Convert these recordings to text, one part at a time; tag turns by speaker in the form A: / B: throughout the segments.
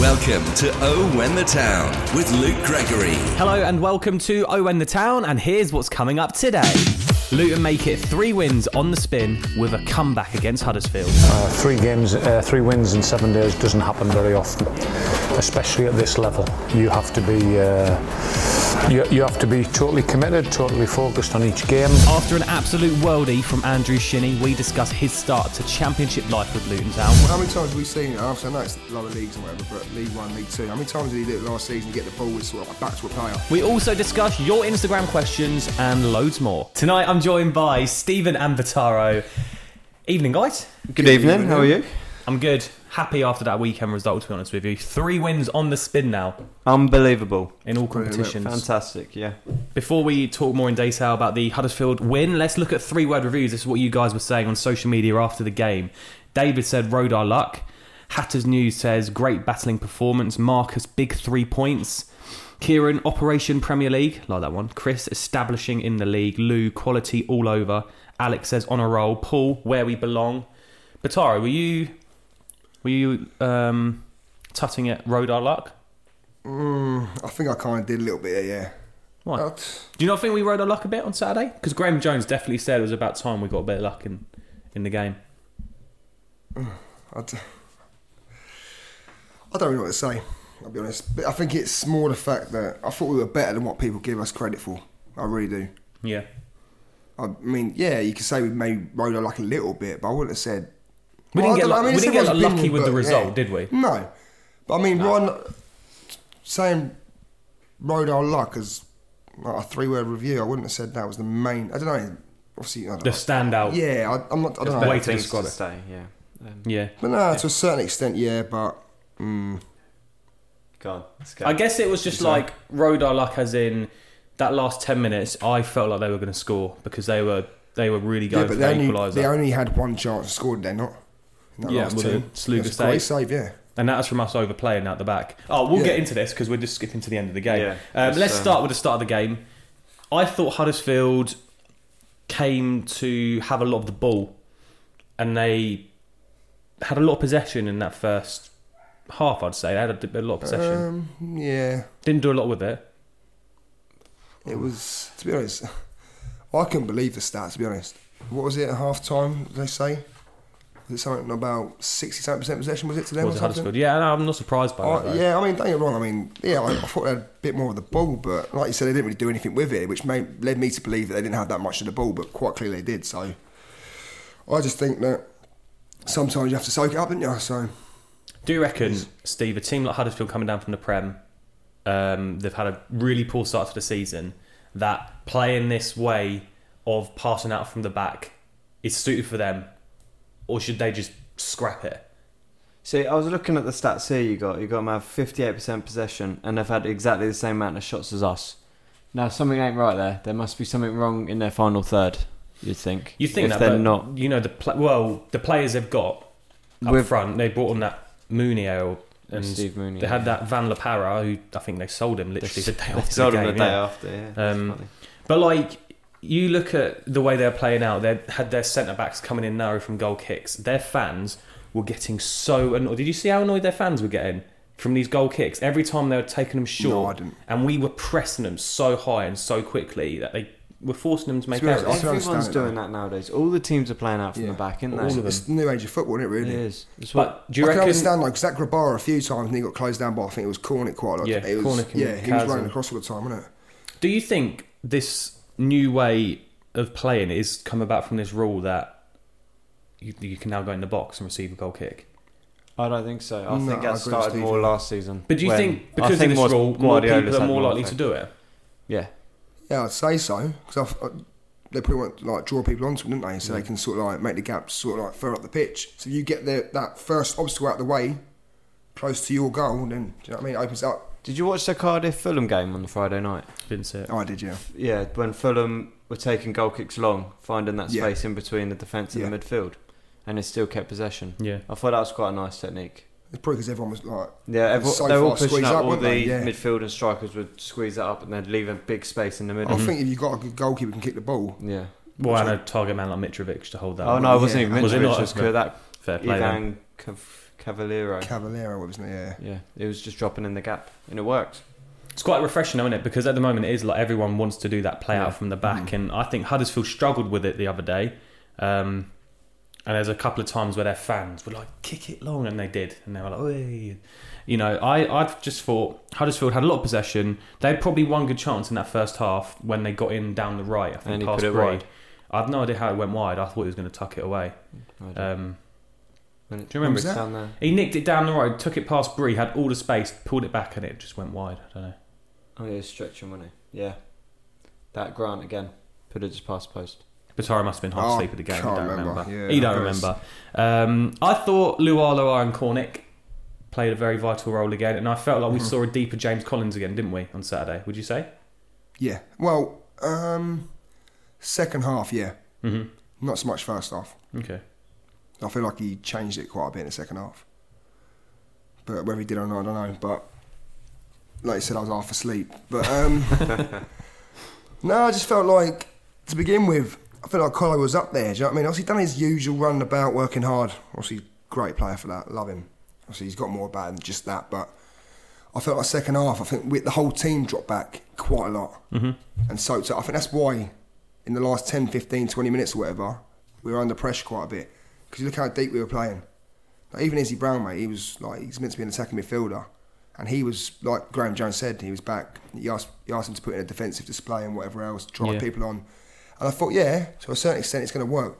A: Welcome to Oh When the Town with Luke Gregory.
B: Hello and welcome to Owen the Town, and here's what's coming up today. Luton make it three wins on the spin with a comeback against Huddersfield.
C: Uh, three games, uh, three wins in seven days doesn't happen very often, especially at this level. You have to be, uh, you, you have to be totally committed, totally focused on each game.
B: After an absolute worldie from Andrew Shinney, we discuss his start to championship life with Luton Town.
D: How many times have we seen it? I know it's lower leagues and whatever, but League One, League Two. How many times did he do it last season to get the ball with sort of a back to a player?
B: We also discuss your Instagram questions and loads more. Tonight I'm joined by Stephen and Vitaro. Evening, guys.
E: Good, evening. How are you?
B: I'm good. Happy after that weekend result, to be honest with you. Three wins on the spin now
E: Unbelievable.
B: in all
D: Brilliant.
B: competitions.
E: Fantastic. Yeah.
B: Before we talk more in detail about the Huddersfield win, let's look at three word reviews. This is what you guys were saying on social media after the game. David said, Rode our luck. Hatters News says, Great battling performance. Marcus, big three points. Kieran, Operation Premier League. Like that one. Chris, establishing in the league. Lou, quality all over. Alex says, On a roll. Paul, where we belong. Bataro, were you. Were you um, tutting at Rode our luck?
D: I think I kind of did a little bit, yeah.
B: Why?
D: But-
B: Do you not think we rode our luck a bit on Saturday? Because Graham Jones definitely said it was about time we got a bit of luck in, in the game.
D: I d- I don't really know what to say. I'll be honest. But I think it's more the fact that I thought we were better than what people give us credit for. I really do.
B: Yeah.
D: I mean, yeah, you could say we maybe rode our luck a little bit, but I wouldn't have said.
B: We
D: Well, I
B: didn't get,
D: don't know,
B: luck-
D: I mean,
B: we
D: it's
B: didn't get
D: everyone's
B: lucky with the
D: opinion, but,
B: result,
D: yeah.
B: did we?
D: No, but I mean, Ron saying rode our luck as like, a three-word review. I wouldn't have said that was the main. I don't know. Obviously, I don't
B: The
D: know.
B: standout.
D: yeah, I, I'm not. I don't know.
B: Way to
E: Things
B: describe
E: to
B: it.
E: stay. Yeah. Um,
B: Yeah.
D: But no, to a certain extent, yeah. But mm,
E: go on. Let's go.
B: I guess it was just like rode our luck, as in that last ten minutes. I felt like they were going to score because they were they were really
D: yeah,
B: going for
D: but
B: the
D: they only,
B: equaliser,
D: they only had one chance scored. They're not. In that
B: Yeah,
D: last
B: with
D: two.
B: a Sluga
D: That's a great
B: save.
D: save. Yeah.
B: and that was from us overplaying out the back. Oh, we'll
D: Yeah.
B: get into this because we're just skipping to the end of the game.
E: Yeah,
B: um,
E: that's,
B: let's
E: um,
B: start with the start of the game. I thought Huddersfield came to have a lot of the ball, and they had a lot of possession in that first half. I'd say they had a, a lot of possession.
D: Um, yeah.
B: Didn't do a lot with it.
D: It was, to be honest, I couldn't believe the stats, to be honest. What was it at half time, they say? Was it something about 67% possession, was it to them? or
B: Was it
D: something?
B: Huddersfield? Yeah, no, I'm not surprised by
D: I-
B: that. though.
D: yeah, I mean, don't get me wrong. I mean, yeah, I, I thought they had a bit more of the ball, but like you said, they didn't really do anything with it, which made, led me to believe that they didn't have that much of the ball, but quite clearly they did. So I just think that sometimes you have to soak it up, don't you? So
B: Do you reckon, Steve, a team like Huddersfield coming down from the Prem, um, they've had a really poor start to the season, that playing this way of passing out from the back is suited for them, or should they just scrap it?
E: See, I was looking at the stats here. You got you got them have fifty-eight percent possession, and they've had exactly the same amount of shots as us. Now something ain't right there. There must be something wrong in their final third. You'd think.
B: You think
E: if
B: that,
E: they're
B: but,
E: not
B: You know the pla well the players they've got up
E: With-
B: front. They brought on that Munio and
E: Steve Mooney,
B: They
E: yeah.
B: had that Van Lapara, who I think they sold him literally the day
E: They
B: after
E: sold
B: the
E: them
B: game.
E: the day
B: yeah.
E: after. Yeah. That's
B: Um,
E: funny.
B: But like you look at the way they're playing out, they had their centre backs coming in narrow from goal kicks. Their fans were getting so annoyed. Did you see how annoyed their fans were getting from these goal kicks? Every time they were taking them short,
D: No, I didn't.
B: and we were pressing them so high and so quickly that they were forcing them to make
D: be honest,
B: errors.
D: I- understand
E: Everyone's
D: it,
E: doing that nowadays. All the teams are playing out from
D: Yeah.
E: the back, isn't
B: All
E: they?
B: of
D: it's the new age of football, isn't it,
E: It
D: really?
E: is. It's what
B: But do
D: I
B: you
D: can
B: reckon?
D: understand like Zach Grabara a few times and he got closed down by I think it was Cornick quite a lot.
B: Yeah,
D: it was,
B: Cornick and
D: yeah, he was
B: Kaz
D: running
B: and-
D: across all the time, wasn't it?
B: Do you think this new way of playing is come about from this rule that you, you can now go in the box and receive a goal kick?
E: I don't think so. I
D: No,
E: think
D: I agree
E: that
D: with
E: started
D: Steve.
E: more last season.
B: But do you
E: when-
B: think
E: I
B: because
E: think
B: of
E: more
B: this rule, more
E: Guardiola's
B: people are
E: had
B: more likely to
E: effect.
B: do it?
E: Yeah,
D: Yeah, I'd say so. Because they probably want to like draw people onto them, don't they? So they can sort of like make the gaps sort of like further up the pitch. So you get the, that first obstacle out of the way, close to your goal, then do you know what I mean? It opens up.
E: Did you watch the Cardiff Fulham game on the Friday night?
B: Didn't see it.
D: Oh, I did, yeah.
E: Yeah, when Fulham were taking goal kicks long, finding that
D: Yeah.
E: space in between the defence and
D: Yeah.
E: the midfield, and it still kept possession.
B: Yeah.
E: I thought that was quite a nice technique.
D: It's probably because everyone was like,
E: Yeah, every,
D: So
E: they were all
D: far
E: pushing
D: squeezed
E: up,
D: up,
E: all
D: weren't
E: the
D: they? Yeah.
E: midfield and strikers would squeeze that up and they'd leave a big space in the middle.
D: I think if you've got a good goalkeeper who can kick the ball,
E: Yeah.
B: Well, and a target man like Mitrovic to hold that.
E: Oh
B: one.
E: no, I wasn't even
B: Was it
E: mentioning
B: not?
E: it. Was that
B: Fair play then.
E: Ivan Cav- Cavallero.
D: Cavallero, wasn't it? Yeah.
E: yeah, it was just dropping in the gap, and it worked.
B: It's quite refreshing, though, isn't it? Because at the moment, it is like everyone wants to do that play
E: Yeah. Mm.
B: out from the back, and I think Huddersfield struggled with it the other day. Um, and there's a couple of times where their fans were like, "Kick it long," and they did, and they were like, "Oi," you know. I I just thought Huddersfield had a lot of possession. They had probably one good chance in that first half when they got in down the right. I think
E: And he
B: past
E: put it
B: Bray.
E: wide.
B: I've no idea how it went wide. I thought he was going to tuck it away. Um,
E: Mm, When it-
B: do you remember
E: it's
D: that?
E: down there?
B: he nicked it down the road, took it past Bree, had all the space, pulled it back, and it just went wide. I don't know.
E: Oh, yeah, it was stretching, wasn't it? Yeah, that Grant again. Put it just past post.
B: Patara must have been half
D: Oh,
B: asleep at the game. I
D: can't
B: don't remember.
D: remember. Yeah,
B: he don't
D: I guess.
B: remember. Um, I thought Lualoa and Cornick played a very vital role again, and I felt like we
D: Mm-hmm.
B: saw a deeper James Collins again, didn't we, on Saturday? Would you say?
D: Yeah. Well, um, second half, yeah. Mm-hmm. Not so much first half.
B: Okay.
D: I feel like he changed it quite a bit in the second half. But whether he did or not, I don't know. But like you said, I was half asleep. But um, no, I just felt like to begin with, I felt like Collar was up there. Do you know what I mean? Obviously, done his usual run about, working hard. Obviously, great player for that. Love him. Obviously, he's got more about him than just that. But I felt like second half, I think we, the whole team dropped back quite a lot. Mm-hmm. And so, so I think that's why in the last 10, 15, 20 minutes or whatever, we were under pressure quite a bit. Because you look how deep we were playing. Like, even Izzy Brown, mate, he was like, he's meant to be an attacking midfielder. And he was, like Graham Jones said, he was back. He asked, he asked him to put in a defensive display and whatever else, drive
B: Yeah.
D: people on. And I thought, yeah, to a certain extent, it's going to work.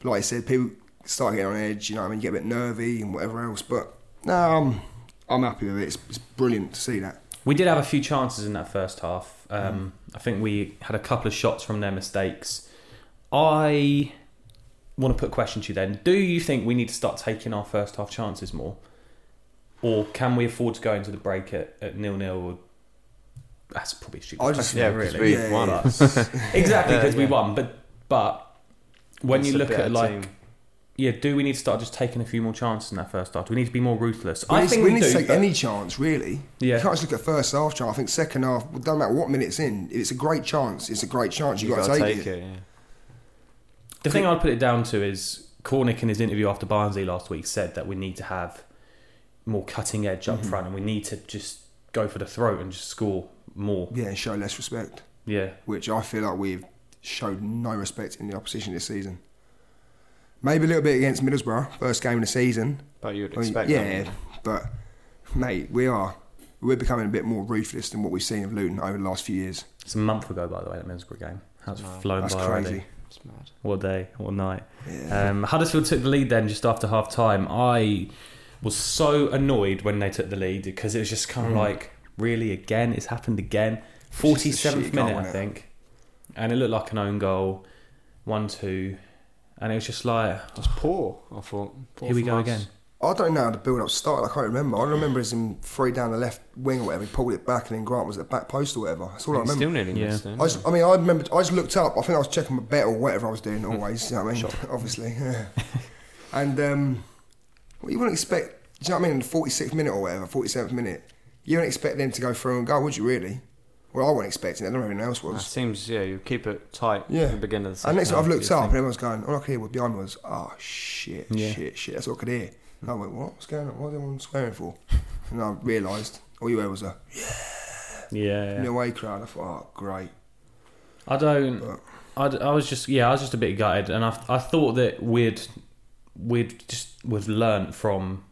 D: But like I said, people start getting on edge, you know what I mean? You get a bit nervy and whatever else. But no, I'm, I'm happy with it. It's, it's brilliant to see that.
B: We did have a few chances in that first half. Um, I think we had a couple of shots from their mistakes. I want to put a question to you then. Do you think we need to start taking our first half chances more? Or can we afford to go into the break at, at nil nil? Or that's probably a stupid.
D: I
B: question.
D: just
E: Yeah, because we
D: Yeah,
E: won.
D: yeah.
B: exactly
E: Yeah,
B: because we
E: yeah.
B: won. But but when
E: It's
B: you
E: a
B: look
E: better
B: at like
E: team.
B: yeah, do we need to start just taking a few more chances in that first half? Do we need to be more ruthless?
D: We
B: I
D: need,
B: think
D: we
B: we,
D: need to
B: do.
D: take
B: but-
D: any chance, really.
B: Yeah.
D: You can't just look at first half chance. I think second half, well, doesn't matter what minutes in, if it's a great chance. It's a great chance. You've
E: you
D: got to take, it.
E: yeah.
B: The thing I'd put it down to is Cornick in his interview after Barnsley last week said that we need to have more cutting edge up front and we need to just go for the throat and just score more.
D: Yeah, and show less respect,
B: Yeah.
D: which I feel like we've showed no respect in the opposition this season. Maybe a little bit against Middlesbrough, first game of the season.
E: But you would
D: I mean,
E: expect. that,
D: Oh, yeah, but mate, we are we're becoming a bit more ruthless than what we've seen of Luton over the last few years.
B: It's a month ago, by the way, that Middlesbrough game. That's flown
D: That's
B: by
D: crazy.
B: already.
E: It's mad.
B: What day, what night. Um, Huddersfield took the lead then just after half time. I was so annoyed when they took the lead because it was just kind of like, really, again? It's happened again.
D: Hmm. It's just a
B: 47th
D: shitty goal,
B: minute, I
D: innit?
B: think. And it looked like an own goal, 1 2. And it was just like, oh,
E: It's poor. I thought. Poor
B: Here we
E: from
B: go
E: us.
B: again.
D: I don't know how the build up started. I can't remember. All I remember is him three down the left wing or whatever. He pulled it back and then Grant was at the back post or whatever. That's all I
E: He
D: remember.
E: Still nearly
B: Yeah.
E: missed. didn't
D: I, just, I mean, I remember. I just looked up. I think I was checking my bet or whatever I was doing. Always, you know what I mean, obviously. yeah. and um, well, you wouldn't expect. Do you know what I mean? In the 46th minute or whatever, 47th minute, you don't expect them to go through and go, would you really? Well, I wasn't expecting. it. I don't know if anyone else
E: That
D: was.
E: seems yeah. You keep it tight.
D: Yeah.
E: At the beginning of the second.
D: And next time
E: half,
D: I've looked
E: you
D: up, and
E: think,
D: everyone's going, all I could hear was behind me was, oh, shit,
B: Yeah.
D: shit, shit. That's all I could hear. And I went, what? What's going on? What's everyone swearing for? And I realised all you heard was a
B: Yeah.
D: no way crowd. I thought, oh, great.
B: I don't. I, d- I was just yeah, I was just a bit gutted, and I I thought that we'd we'd just we've learnt from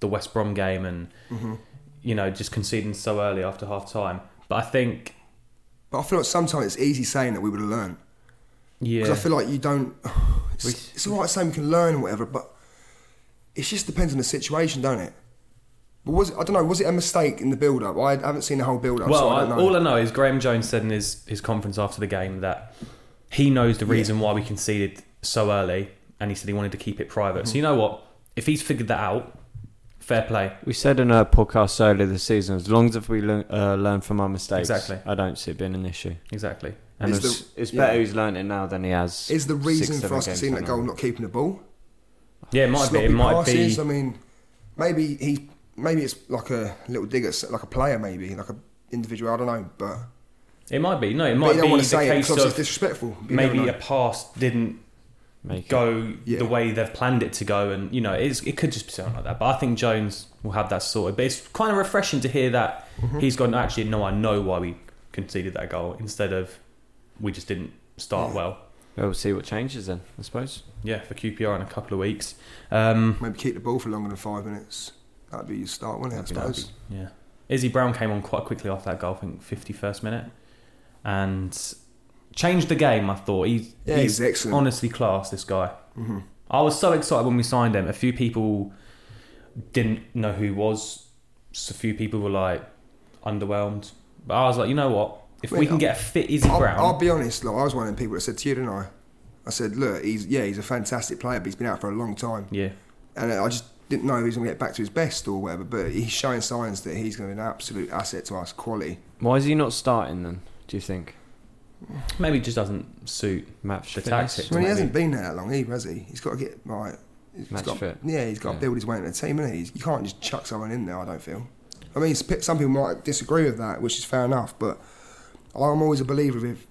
B: the West Brom game and
D: Mm-hmm.
B: you know just conceding so early after half time. But I think
D: But I feel like sometimes it's easy saying that we would have learned.
B: yeah,
D: Because I feel like you don't. It's, it's all right saying we can learn and whatever, but it just depends on the situation, don't it? But was it, I don't know. Was it a mistake in the build-up? I haven't seen the whole build-up.
B: well,
D: so I
B: I
D: don't know.
B: all I know is Graham Jones said in his his conference after the game that He knows the reason why we conceded so early, and he said he wanted to keep it private.
D: Mm-hmm.
B: So you know what? If he's figured that out, fair play.
E: We said in our podcast earlier this season, as long as we learn, uh, learn from our mistakes,
B: Exactly.
E: I don't see it being an issue.
B: Exactly.
E: And
D: Is
E: it's,
D: the-
E: it's
D: yeah.
E: better who's learned it now than he has.
D: Is the
E: six,
D: reason for
E: seven
D: us
E: games
D: conceding that
E: ago.
D: goal not keeping the ball?
B: Yeah, it might be.
D: Sloppy
B: It might
D: passes?
B: be.
D: I mean, maybe he, maybe it's like a little dig at s- like a player, maybe like a individual. I don't know, but,
B: It might be. No, it
D: but
B: might
D: you don't
B: be
D: want to
B: the
D: say it
B: case
D: because it's
B: of
D: disrespectful. You never
B: maybe
D: know.
B: a pass didn't
E: Make it.
B: go
D: Yeah.
B: the way they've planned it to go, and you know it's, it could just be something like that. But I think Jones will have that sorted. But it's kind of refreshing to hear that
D: Mm-hmm.
B: he's gone. Actually, no, I know why we conceded that goal instead of we just didn't start
D: Yeah.
B: well.
E: We'll see what changes then, I suppose.
B: Yeah, for QPR in a couple of weeks. Um,
D: maybe keep the ball for longer than five minutes. That'd be your start, wouldn't it? I
B: that'd be-
D: suppose.
B: yeah, Izzy Brown came on quite quickly after that goal. I think fifty-first minute, and changed the game. I thought he's
D: Yeah, he's excellent. Mm-hmm.
B: honestly class. This guy. I was so excited when we signed him. A few people didn't know who he was. Just a few people were like underwhelmed. But I was like, you know what? If we
D: Wait,
B: can
D: I'll-
B: get a fit Izzy
D: I'll,
B: Brown,
D: I'll be honest. Like I was one of them people that said to you, didn't I? I said, look, he's yeah, he's a fantastic player, but he's been out for a long time,
B: yeah,
D: and I just didn't know he was going to get back to his best or whatever. But he's showing signs that he's going to be an absolute asset to us, quality.
E: Why is he not starting then, do you think?
B: maybe it just doesn't suit.
E: Match
B: The
E: fitness?
B: tactics.
D: I mean, he
E: Maybe.
D: hasn't been there that long either, has he? He's got to get right. he's
E: Match
D: got-
E: fit.
D: Yeah, he's got to
E: Yeah.
D: build his way into the team, isn't he? You can't just chuck someone in there. I don't feel. I mean, sp- some people might disagree with that, which is fair enough. But I'm always a believer of if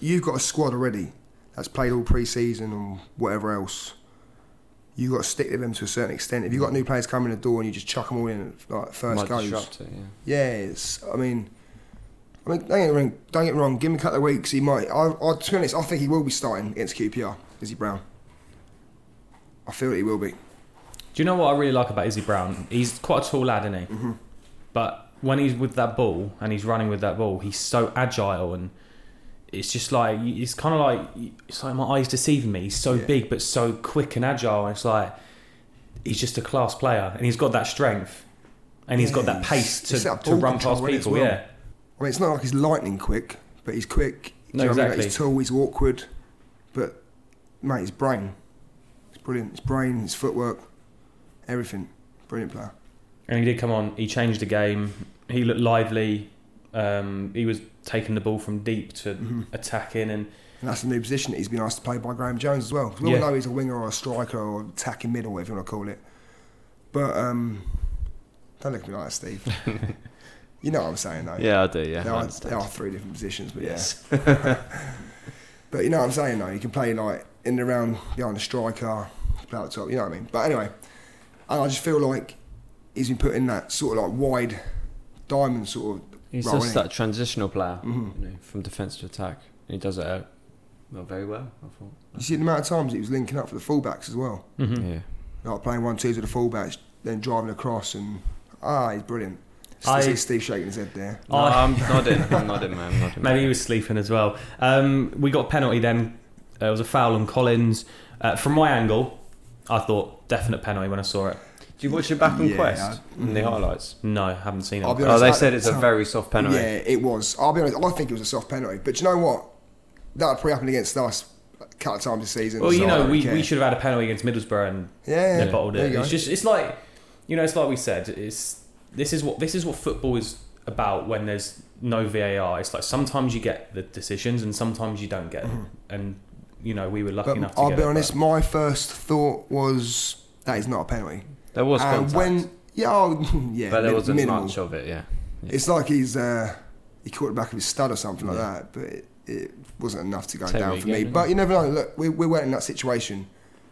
D: you've got a squad already that's played all pre-season and whatever else, you've got to stick with them to a certain extent. If you've got new players coming in the door and you just chuck them all in at, like first
E: Might
D: goes,
E: disrupt it, yeah.
D: yeah, it's, I mean, I mean, don't get me wrong. Don't get me wrong. Give him a couple of weeks. He might. I, I, to be honest, I think he will be starting against QPR. Izzy Brown. I feel that he will be.
B: Do you know what I really like about Izzy Brown? He's quite a tall lad, isn't he?
D: Mm-hmm.
B: But when he's with that ball and he's running with that ball, he's so agile and it's just like it's kind of like it's like my eyes deceiving me. He's so
D: Yeah.
B: big but so quick and agile. And it's like he's just a class player and he's got that strength and he's got
D: Yeah,
B: that
D: it's-
B: pace to,
D: it's that
B: to
D: ball
B: run
D: control,
B: past
D: isn't it, as
B: people.
D: well?
B: Yeah,
D: I mean, it's not like he's lightning quick, but he's quick. Do
B: No,
D: you know what I mean? Like,
B: exactly.
D: He's tall. He's awkward. But mate, his brain. It's brilliant. His brain. His footwork. Everything. Brilliant player.
B: and he did come on. He changed the game. He looked lively. Um, he was taking the ball from deep to
D: Mm-hmm.
B: attacking and
D: And that's the new position that he's been asked to play by Graham Jones as well. 'Cause We
B: Yeah.
D: all know he's a winger or a striker or attacking middle, whatever you want to call it. But um, don't look at me like that, Steve. you know what I'm saying, though.
E: Yeah, I do, yeah.
D: There
E: I
D: are,
E: understand.
D: there are three different positions, but yeah. but you know what I'm saying, though. You can play like in the round behind the striker, you can play up top. You know what I mean. But anyway, and I just feel like he's been put in that sort of like wide diamond sort of.
E: He's
D: role,
E: just
D: innit?
E: that transitional player, you know, from defence to attack. And he does it out well, very well, I thought.
D: You see the amount of times he was linking up for the fullbacks as well.
E: Yeah.
D: like playing one twos with the fullbacks, then driving across, and ah, he's brilliant. I
B: I-
D: see Steve shaking his head there.
E: No,
B: I-
E: I'm nodding. I'm nodding, man. I'm nodding.
B: Maybe he was sleeping as well. Um, we got a penalty then. Uh, it was a foul on Collins. Uh, from my angle, I thought definite penalty when I saw it.
E: Do you watch it back on
D: Yeah,
E: Quest in the highlights?
B: No, I haven't seen it.
D: I'll be
E: Oh,
D: honest,
E: they
D: at
E: said
D: the
E: it's a
D: time-
E: very soft penalty.
D: Yeah, it was. I'll be honest. I think it was a soft penalty, but do you know what? That probably happened against us a couple of times this season.
B: well, you
D: so I
B: know,
D: don't
B: we,
D: care.
B: we should have had a penalty against Middlesbrough and
D: Yeah,
B: they
D: yeah.
B: bottled
D: There you
B: it.
D: go.
B: It's just it's like you know, it's like we said. It's this is what this is what football is about when there's no VAR. It's like sometimes you get the decisions and sometimes you don't get, them. and you know we were lucky
D: Mm-hmm. But
B: enough. To
D: I'll
B: get
D: be
B: it,
D: honest.
B: but-
D: My first thought was that is not a penalty.
E: There was
D: And
E: contact,
D: Uh, when yeah, oh, yeah,
E: but there
D: min-
E: wasn't
D: minimal.
E: much of it. Yeah,
D: It's like he's uh, he caught the back of his stud or something like
E: Yeah.
D: that, but it, it wasn't enough to go
E: Take what
D: down
E: you
D: for
E: get,
D: me.
E: innit?
D: But you never know. Look, we, we weren't in that situation.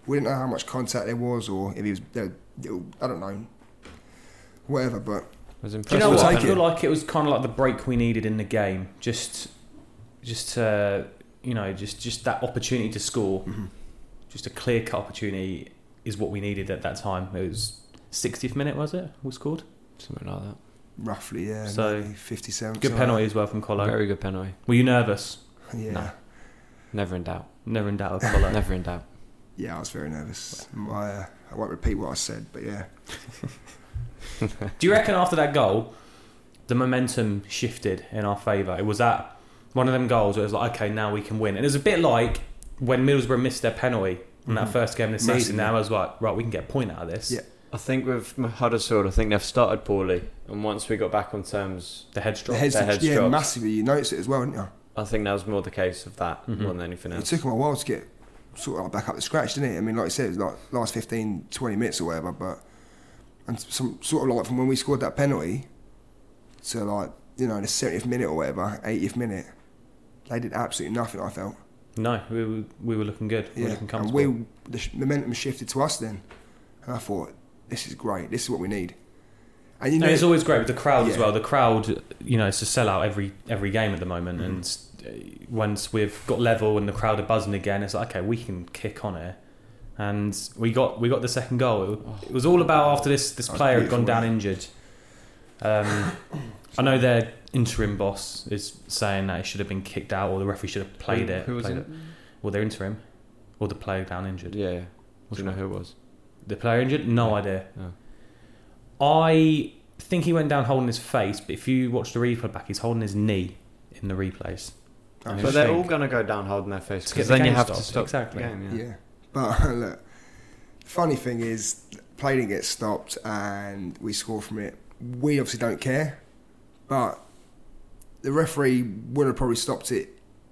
D: We didn't know how much contact there was, or if he was there. I don't know. Whatever, but
E: it was
B: Do
E: impressive.
B: you know
D: We'll
B: what? I
D: take
B: feel
D: it.
B: like it was kind of like the break we needed in the game. Just, just uh, you know, just just that opportunity to score, just a clear cut opportunity is what we needed at that time. It was 60th minute, was it? We scored.
E: Something like that.
D: roughly, yeah.
B: So,
D: maybe 57.
B: Good
D: something
B: penalty as well from Colo.
E: Very good penalty.
B: Were you nervous?
D: like that. Yeah,
E: No. Never in doubt.
B: Never in doubt of Colo.
E: Never in doubt.
D: yeah. I was very nervous. My, uh, I won't repeat what I said, but yeah.
B: Do you reckon after that goal, the momentum shifted in our favour? It was that One of them goals where it was like, okay, now we can win. And it was a bit like when Middlesbrough missed their penalty in that first game of the season.
D: Mm-hmm. Massively.
B: Now I was like, right, we can get a point out of this.
D: Yeah.
E: I think with M- Huddersfield, I think they've started poorly, and once we got back on terms,
B: The heads
D: The
B: dropped.
D: heads,
E: their heads
D: yeah,
E: dropped.
D: massively. You noticed it as well, didn't you?
E: I think that was more the case of that more than anything
D: It
E: else.
D: took him a while to get sort of like back up to scratch, didn't it? I mean, like I said, it was like last 15, 20 minutes or whatever, but and some sort of like from when we scored that penalty to like you know the 70th minute or whatever, 80th minute, they did absolutely nothing. I felt.
B: No, we were, we were looking good. We were
D: Yeah,
B: looking
D: and
B: comfortable.
D: we the sh- momentum shifted to us then, and I thought this is great. This is what we need. And you know,
B: and it's always great with the crowd as
D: Yeah.
B: well. The crowd, you know, it's a sellout every every game at the moment.
D: Mm-hmm.
B: And uh, once we've got level and the crowd are buzzing again, it's like okay, we can kick on here. And we got we got the second goal. It, it was all about after this this
D: Oh. That was
B: player had gone
D: beautiful,
B: down injured. Um, I know their interim boss is saying that it should have been kicked out or the referee should have played
E: Who-
B: it.
E: Who was
B: played
E: in?
B: it. Well, their interim or the player down injured.
E: Yeah. yeah.
B: Which
E: Do you know who it was?
B: The player injured? No idea.
E: No.
B: I think he went down holding his face, but if you watch the replay back, he's holding his knee in the replays.
D: I
B: But
E: But
D: just
E: they're
D: think-
E: all going to go down holding their face
B: To get
E: because
B: the
E: then you
B: game
E: have to
B: stopped,
E: stop
B: exactly.
E: the game. Yeah.
D: Yeah. But look, funny thing is, play didn't get stopped and we score from it. We obviously don't care, but the referee would have probably stopped it.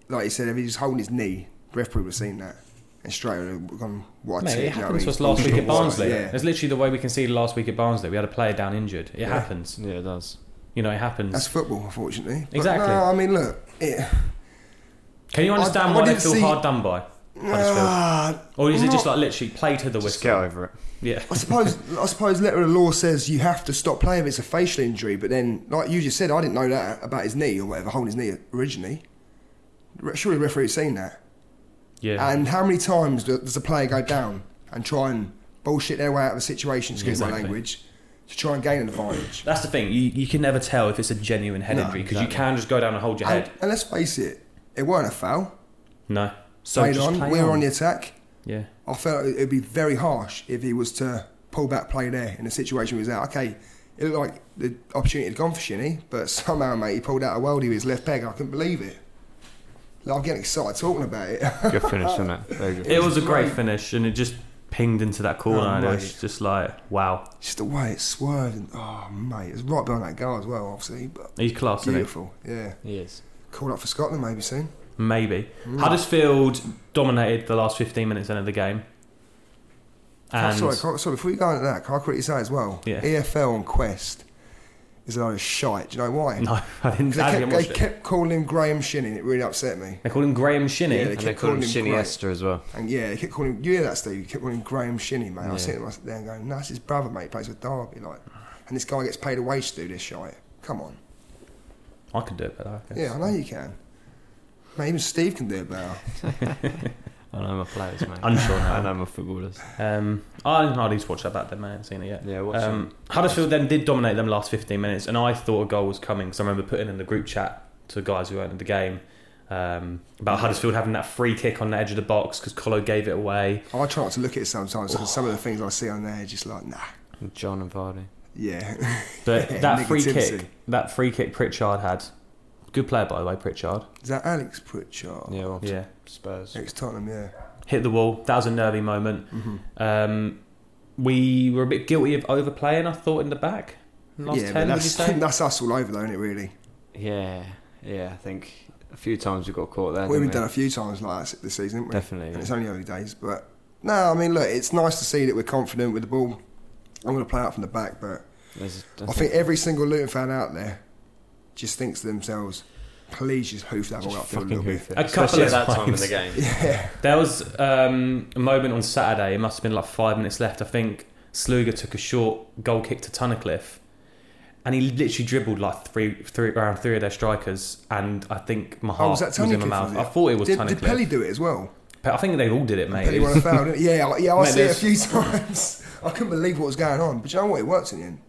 D: Like you said, if he was holding his knee, the referee would have seen that and straight away would have gone, what a
B: Mate,
D: tip, you know
B: it
D: what I
B: happened
D: mean?
B: to us last week at Barnsley.
D: Yeah.
B: It's literally the way we conceded last week at Barnsley. We had a player down injured. It happens.
E: Yeah, it does.
B: You know, it happens.
D: That's football, unfortunately. But
B: Exactly.
D: No, I mean, look. It,
B: Can you understand
D: I- I
B: why they
D: didn't
B: feel
D: see-
B: hard done by? Huddersfield?
D: Ah,
B: or is it just
D: not-
B: like literally play to the
E: Just
B: whistle?
E: get over it.
B: Yeah.
D: I suppose I suppose letter of the law says you have to stop playing if it's a facial injury, but then like you just said, I didn't know that about his knee or whatever, holding his knee originally. Re- Surely the referee's seen that.
B: Yeah.
D: And how many times do- does a player go down and try and bullshit their way out of a situation, excuse
B: Exactly.
D: my language, to try and gain an advantage?
B: That's the thing. You, you can never tell if it's a genuine head
D: No,
B: injury because
D: exactly.
B: you can just go down and hold your
D: and,
B: head.
D: and let's face it, it weren't a foul.
B: No. So
D: Played
B: just
D: on,
B: play
D: we were on the attack.
B: Yeah.
D: I felt it would be very harsh if he was to pull back play there in a situation where he was out. Okay, it looked like the opportunity had gone for Shinny, but somehow, mate, he pulled out a worldie with his left peg. I couldn't believe it. Like, I'm getting excited talking about it.
E: Good finish, isn't it? Very good.
B: It was a
D: Right.
B: great finish, and it just pinged into that corner.
D: Oh,
B: and it was
D: mate.
B: just like, wow,
D: Just the way it swerved. And, oh, mate, it was right behind that goal as well, obviously. But
B: he's class, isn't he?
D: beautiful, yeah.
E: He is.
D: Called up for Scotland maybe soon.
B: Maybe
D: Mm.
B: Huddersfield dominated the last 15 minutes into the game,
D: Oh,
B: and
D: sorry, can I- sorry, before you go into that, can I quickly say as well? E
B: Yeah.
D: EFL on Quest is a load of shite. Do you know why?
B: no, I didn't. I
D: Because they
B: didn't
D: kept,
B: watch
D: they
B: it.
D: kept calling him Graham Shinny. It really upset me.
B: They called him Graham Shinney.
D: Yeah, they
E: And
D: kept
E: they call him
D: calling him
E: Shinny
D: great.
E: Esther as well.
D: And yeah, they kept calling him, you hear that, Steve? You kept calling him Graham Shinny, mate. I
E: Yeah.
D: was sitting there and going, no, that's his brother, mate. He plays with Derby, like. And this guy gets paid a wage to do this shite. Come on.
B: I could do it better. I guess.
D: Yeah, I know you can. Mate, even Steve can do it better.
E: I know my players, mate.
B: Unsure now.
E: I know my footballers.
B: Um, I didn't hardly watch that back then, man. I haven't seen it yet.
E: Yeah, watch
B: Um, Huddersfield then did dominate them last 15 minutes, and I thought a goal was coming because I remember putting in the group chat to guys who weren't in the game um, about
D: Mm.
B: Huddersfield having that free kick on the edge of the box because Colo gave it away.
D: I try not to look at it sometimes because some of the things I see on there, just like, nah.
E: John and Vardy.
D: Yeah.
B: But
D: Yeah,
B: that free
D: negativity.
B: kick, that free kick Pritchard had. Good player, by the way, Pritchard.
D: Is that Alex Pritchard?
E: Yeah, well,
B: Yeah,
E: Spurs.
D: Ex Tottenham, yeah.
B: hit the wall. That was a nervy moment.
E: Mm-hmm.
B: Um, we were a bit guilty of overplaying. I thought in the back. Last
D: yeah,
B: ten, would you
D: that's,
B: say?
D: that's us all over, though, isn't it, really?
E: Yeah, yeah. I think a few times we got caught there.
D: We've been
E: didn't
D: done a few times like that this season, haven't we?
E: Definitely,
D: And
E: yeah.
D: it's only early days, but no, I mean, look, it's nice to see that we're confident with the ball. I'm going to play out from the back, but
E: There's-
D: I think every single Luton fan out there just thinks to themselves, please just hoof that ball up for a little bit.
E: hoof it.
B: A couple
E: Especially
B: of
E: at that time in
B: times.
E: the game.
B: There was um, a moment on Saturday. It must have been like five minutes left. I think Sluga took a short goal kick to Tunnicliffe, and he literally dribbled like three, three around three of their strikers. And I think my heart
D: Oh, was
B: was,
D: that
B: in
D: Tunnicliffe?
B: my mouth.
D: was it?
B: I thought it was
D: Did,
B: Tunnicliffe.
D: did Pelly do it as well?
B: Pe- I think they all did it, mate.
D: Pelly
B: It was-
D: won a foul, didn't he? Yeah, I- yeah, I
B: Mate,
D: see it a few times. I couldn't believe what was going on, but you know what? It worked in the end.